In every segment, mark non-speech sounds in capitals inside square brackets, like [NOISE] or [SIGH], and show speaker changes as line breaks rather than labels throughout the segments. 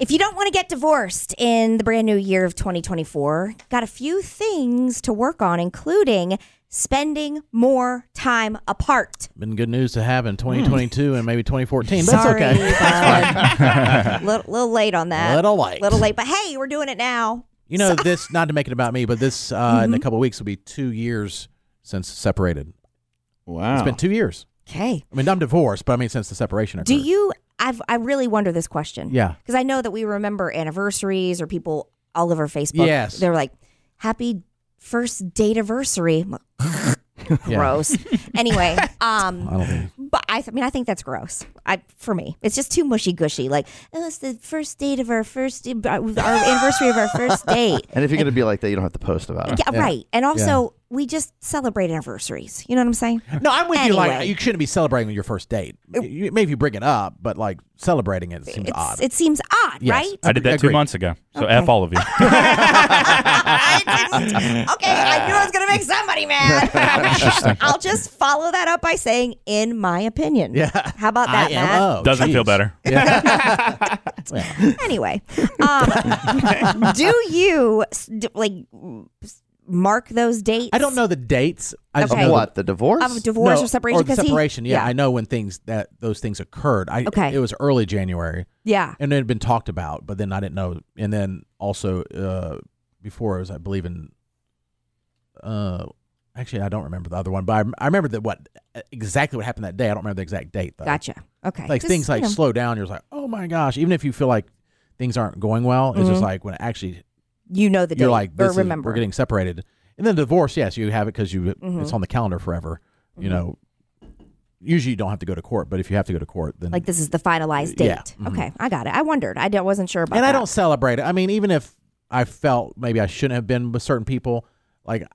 If you don't want to get divorced in the brand new year of 2024, got a few things to work on, including spending more time apart.
Been good news to have in 2022 and maybe 2014. That's
Hmm. Sorry,
okay.
bud. [LAUGHS] little, little late on that.
Little late.
Little late, but hey, we're doing it now.
You know, this, not to make it about me, but this uh, in
Mm-hmm.
a couple of weeks will be two years since separated.
Wow.
It's been two years.
Okay.
I mean, I'm divorced, but I mean, since the separation occurred.
Oh. Do you? I've I really wonder this question.
Yeah.
Because I know that we remember anniversaries or people all over Facebook.
Yes.
They're like, happy first date anniversary.
[LAUGHS] Yeah.
Gross.
[LAUGHS]
anyway, um,
I don't think.
But I, th- I mean, I think that's gross. I for me, it's just too mushy gushy. Like, oh, it's the first date of our first uh, our anniversary of our first
[LAUGHS]
date.
And if you're going to be like that, you don't have to post about it.
Yeah, right. And also, we just celebrate anniversaries. You know what I'm saying?
No, I'm with you. Like,
Anyway. Oh.
you shouldn't be celebrating your first date. You- Maybe you bring it up, but like celebrating it seems odd.
It's, it seems odd,
Yes.
right?
I did that
Agreed. Oh,
two months ago. So F all of you.
I didn't. Okay, I knew I was gonna make somebody mad. I'll just follow that up by saying, in my opinion.
yeah.
How about that, Matt?
IMO.
Doesn't feel
Oh, Jeez.
better.
anyway, um, [LAUGHS] do you s- d- like s- mark those dates?
I don't know the dates. I just
Okay.
know
Of
the-
What, the divorce?
of divorce
No,
or separation.
Or the
'cause he-
separation. yeah,
yeah,
I know when things that those things occurred. I,
Okay.
It was early January.
yeah.
and it had been talked about, but then I didn't know. And then also uh, before it was, I believe in. Uh, actually, I don't remember the other one, but I, I remember that what exactly what happened that day. I don't remember the exact date though.
Gotcha. Okay.
Uh, Like
Just,
things
you
like
know.
slow down. You're just like, oh my gosh. Even if you feel like things aren't going well, it's just like when it actually
you know the date
you're like, this
Mm-hmm. or
is-
remember. Mm-hmm.
we're getting separated. And then divorce, yes, you have it because you it's on the calendar forever. You know, usually you don't have to go to court, but if you have to go to court, then
like this is the finalized date.
Yeah. Mhm.
Okay, I got it. I wondered. I d- wasn't sure about
and
that.
I don't celebrate it. I mean, even if I felt maybe I shouldn't have been with certain people, like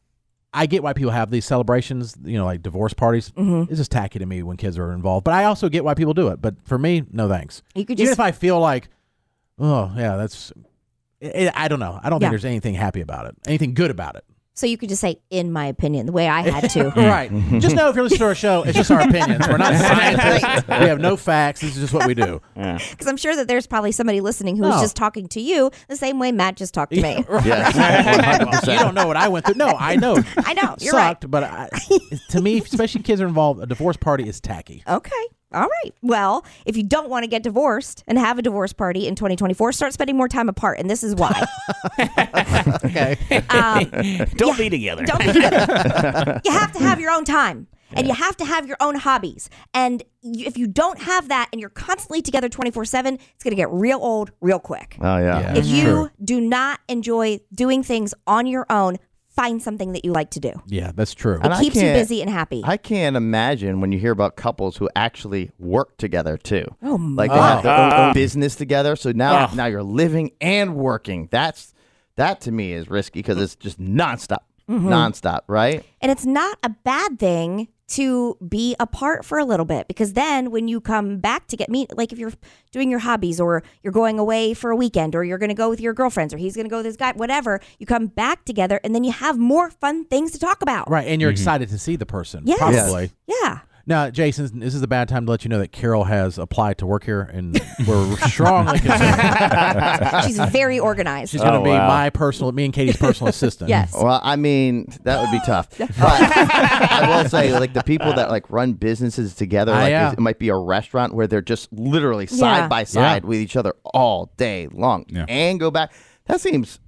I get why people have these celebrations, you know, like divorce parties.
Mm-hmm.
It's just tacky to me when kids are involved. But I also get why people do it. But for me, no thanks.
You could
even
just
if I feel like, oh yeah, that's. It, I don't know. I don't
Yeah.
think there's anything happy about it. Anything good about it.
so you could just say, in my opinion, the way I
[LAUGHS]
had
All
to.
right. just know if you're listening to our show, it's just our opinions.
[LAUGHS]
We're not scientists. we have no facts. This is just what we do.
Because I'm sure that there's probably somebody listening who
No.
was just talking to you the same way Matt just talked to me.
Yes.
[LAUGHS] you don't know what I went through. No, I know.
[LAUGHS] I know. You're
sucked, but I,
[LAUGHS]
to me, especially kids are involved, a divorce party is tacky.
right. Okay. All right. Well, if you don't want to get divorced and have a divorce party in 2024, start spending more time apart. And this is why.
Okay.
Don't be together.
Don't be together. you have to have your own time. And you have to have your own hobbies. And you, if you don't have that and you're constantly together 24 7, it's going to get real old real quick.
[LAUGHS] Oh, yeah.
Yeah.
if
that's
you
true.
do not enjoy doing things on your own, find something that you like to do.
Yeah, that's true.
And I
Keeps you
can't-
busy and happy.
I can't imagine when you hear about couples who actually work together too.
Oh,
like they have their own business together. So now, now you're living and working. That's that to me is risky because it's just nonstop,
Mm-hmm.
nonstop, right?
And it's not a bad thing to be apart for a little bit because then when you come back to get meet, like if you're doing your hobbies or you're going away for a weekend or you're going to go with your girlfriends or he's going to go with his guy, whatever, you come back together and then you have more fun things to talk about.
right, and you're excited to see the person,
Yes.
probably. [LAUGHS]
Yeah.
Now, Jason, this is a bad time to let you know that Carol has applied to work here, and
[LAUGHS]
we're strongly concerned.
She's very organized.
She's Oh. going to
Oh,
be
wow.
my personal, me and
[LAUGHS]
Katie's personal assistant.
yes.
Well, I mean, that would be
[LAUGHS]
tough. But I will say, like the people that like run businesses together,
Ah,
like
yeah.
it might be a restaurant where they're just literally
Yeah.
side by side with each other all day long
Yeah.
and go back. That seems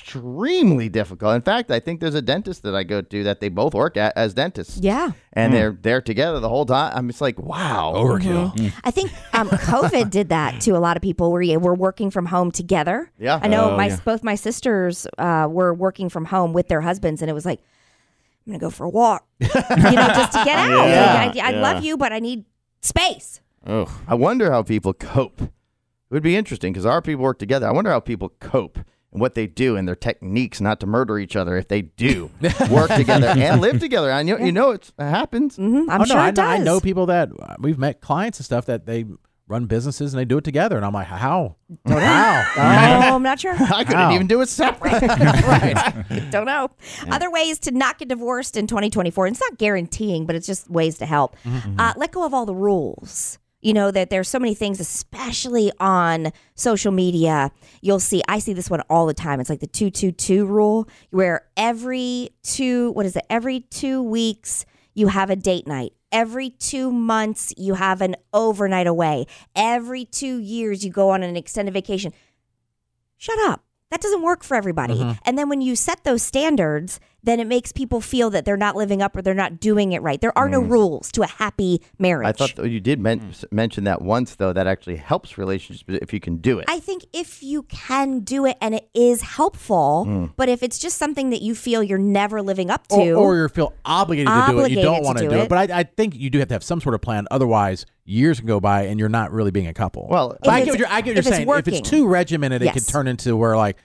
extremely difficult. In fact, I think there's a dentist that I go to that they both work at as dentists.
Yeah.
And they're they're together the whole time. I'm just like, wow.
Overkill.
I think um, COVID did that to a lot of people where you were working from home together.
Yeah.
I know
Oh,
my
yeah.
both my sisters uh, were working from home with their husbands, and it was like, I'm gonna go for a
[LAUGHS]
walk, you know, just to get out.
Yeah,
Like, I, I love you, but I need space.
I wonder how people cope. It would be interesting because our people work together. I wonder how people cope and what they do and their techniques not to murder each other if they do work together and live together. I know you know it's, it happens.
Mm, I'm
oh, no,
sure
I,
it
know, I
does.
know people that uh, we've met clients and stuff that they run businesses and they do it together, and I'm like, how? How?
No, I'm not
[LAUGHS]
sure.
I couldn't
How?
even do it separate.
[LAUGHS] Don't know. Other ways to not get divorced in 2024. And it's not guaranteeing, but it's just ways to help. Uh, let go of all the rules. you know that there's so many things especially on social media you'll see i see this one all the time it's like the 222 rule where every two what is it every two weeks you have a date night every two months you have an overnight away every two years you go on an extended vacation shut up. That doesn't work for everybody.
Mm-hmm.
And then when you set those standards, then it makes people feel that they're not living up or they're not doing it right. There are no rules to a happy marriage.
Mm. I thought that you did men- s- mention that once, though. That actually helps relationships if you can do it.
I think if you can do it and it is helpful,
Mm.
but if it's just something that you feel you're never living up to,
Or, or you feel obligated, to do it. You
Obligated
don't
to
want to
do
do, it.
it.
But I, I think you do have to have some sort of plan. Otherwise, years can go by and you're not really being a couple.
Well,
but
If
I get what
it's-
you're, I get what
if
you're
it's
saying. If
working.
it's too regimented, it
Yes.
could turn into where like,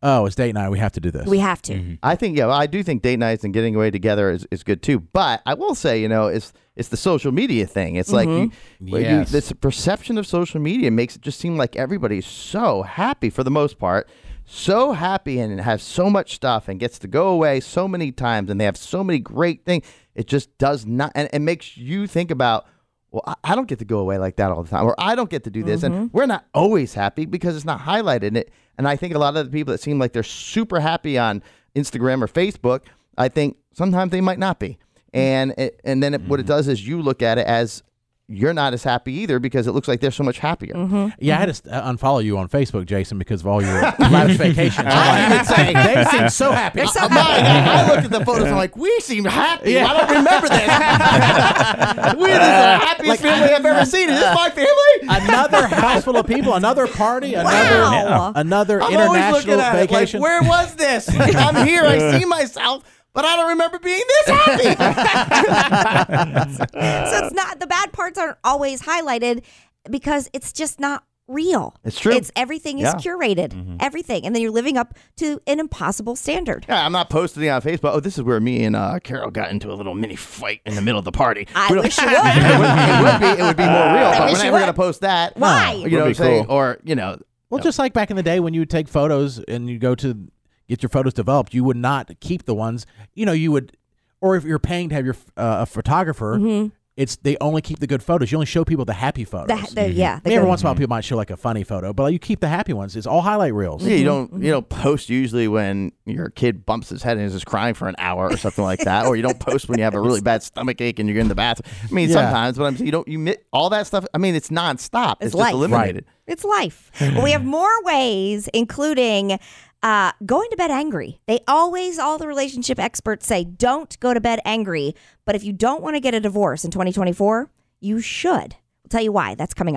oh, it's date night. We have to do this.
we have to.
I think yeah, I do think date nights and getting away together is, is good too. But I will say, you know, it's it's the social media thing. It's like you, well, you-
Yes.
this perception of social media makes it just seem like everybody's so happy for the most part, so happy and has so much stuff and gets to go away so many times and they have so many great things. It just does not, and it makes you think about. Well, I- I don't get to go away like that all the time, or I don't get to do this, and we're not always happy because it's not highlighted. And it, and I think a lot of the people that seem like they're super happy on Instagram or Facebook, I think sometimes they might not be. And it, and then it, what it does is you look at it as you're not as happy either because it looks like they're so much happier.
Yeah, I had to
mm-hmm.
st- uh, unfollow you on Facebook, Jason, because of
[LAUGHS]
all your lavish vacations. I'm like, [LAUGHS] they seem so happy.
So-
My God, I looked at the photos. I'm like, we seem happy. I don't [LAUGHS] remember this. We're the happiest family I've ever seen. [LAUGHS] Is this my
[LAUGHS]
family?
another house full of people, another party, another
Wow.
another
I'm always looking
international
at it like,
vacation.
where was this? I'm here. [LAUGHS] I see myself, but I don't remember being this happy.
so it's not the bad parts aren't always highlighted because it's just not real.
It's true.
It's everything is
Yeah. Mm-hmm.
curated. Everything. And then you're living up to an impossible standard.
[LAUGHS] Yeah, I'm not posting it on Facebook. Oh, this is where me and uh, Carol got into a [LAUGHS] little mini fight in the middle of the party.
I
We don't-
wish
[LAUGHS]
you
it,
would.
would, it would be it would be more real, but
wish
we're
you
never gonna
would.
post that.
Why?
You know what I'm
Would be
saying?
cool.
Or you know,
well, just like back in the day when you would take photos and you go to get your photos developed, you would not keep the ones. You know, you would, or if you're paying to have your uh, a photographer, it's they only keep the good photos. You only show people the happy
Mm-hmm. The,
photos.
the, yeah. the
Maybe every
good-
once in a while, people might show like a funny photo, but like, you keep the happy ones. It's all highlight reels.
yeah, you don't you don't post usually when your kid bumps his head and is just crying for an hour or something like that, or you don't post when you have a really bad stomach ache and you're in the bathroom. I mean,
Yeah.
sometimes, but I'm saying you don't you mi- all that stuff. I mean, it's nonstop. It's,
life.
just eliminated.
It's life. well, we have more ways, including uh, going to bed angry. They always, all the relationship experts say, don't go to bed angry. But if you don't want to get a divorce in 2024, you should. I'll tell you why. That's coming up.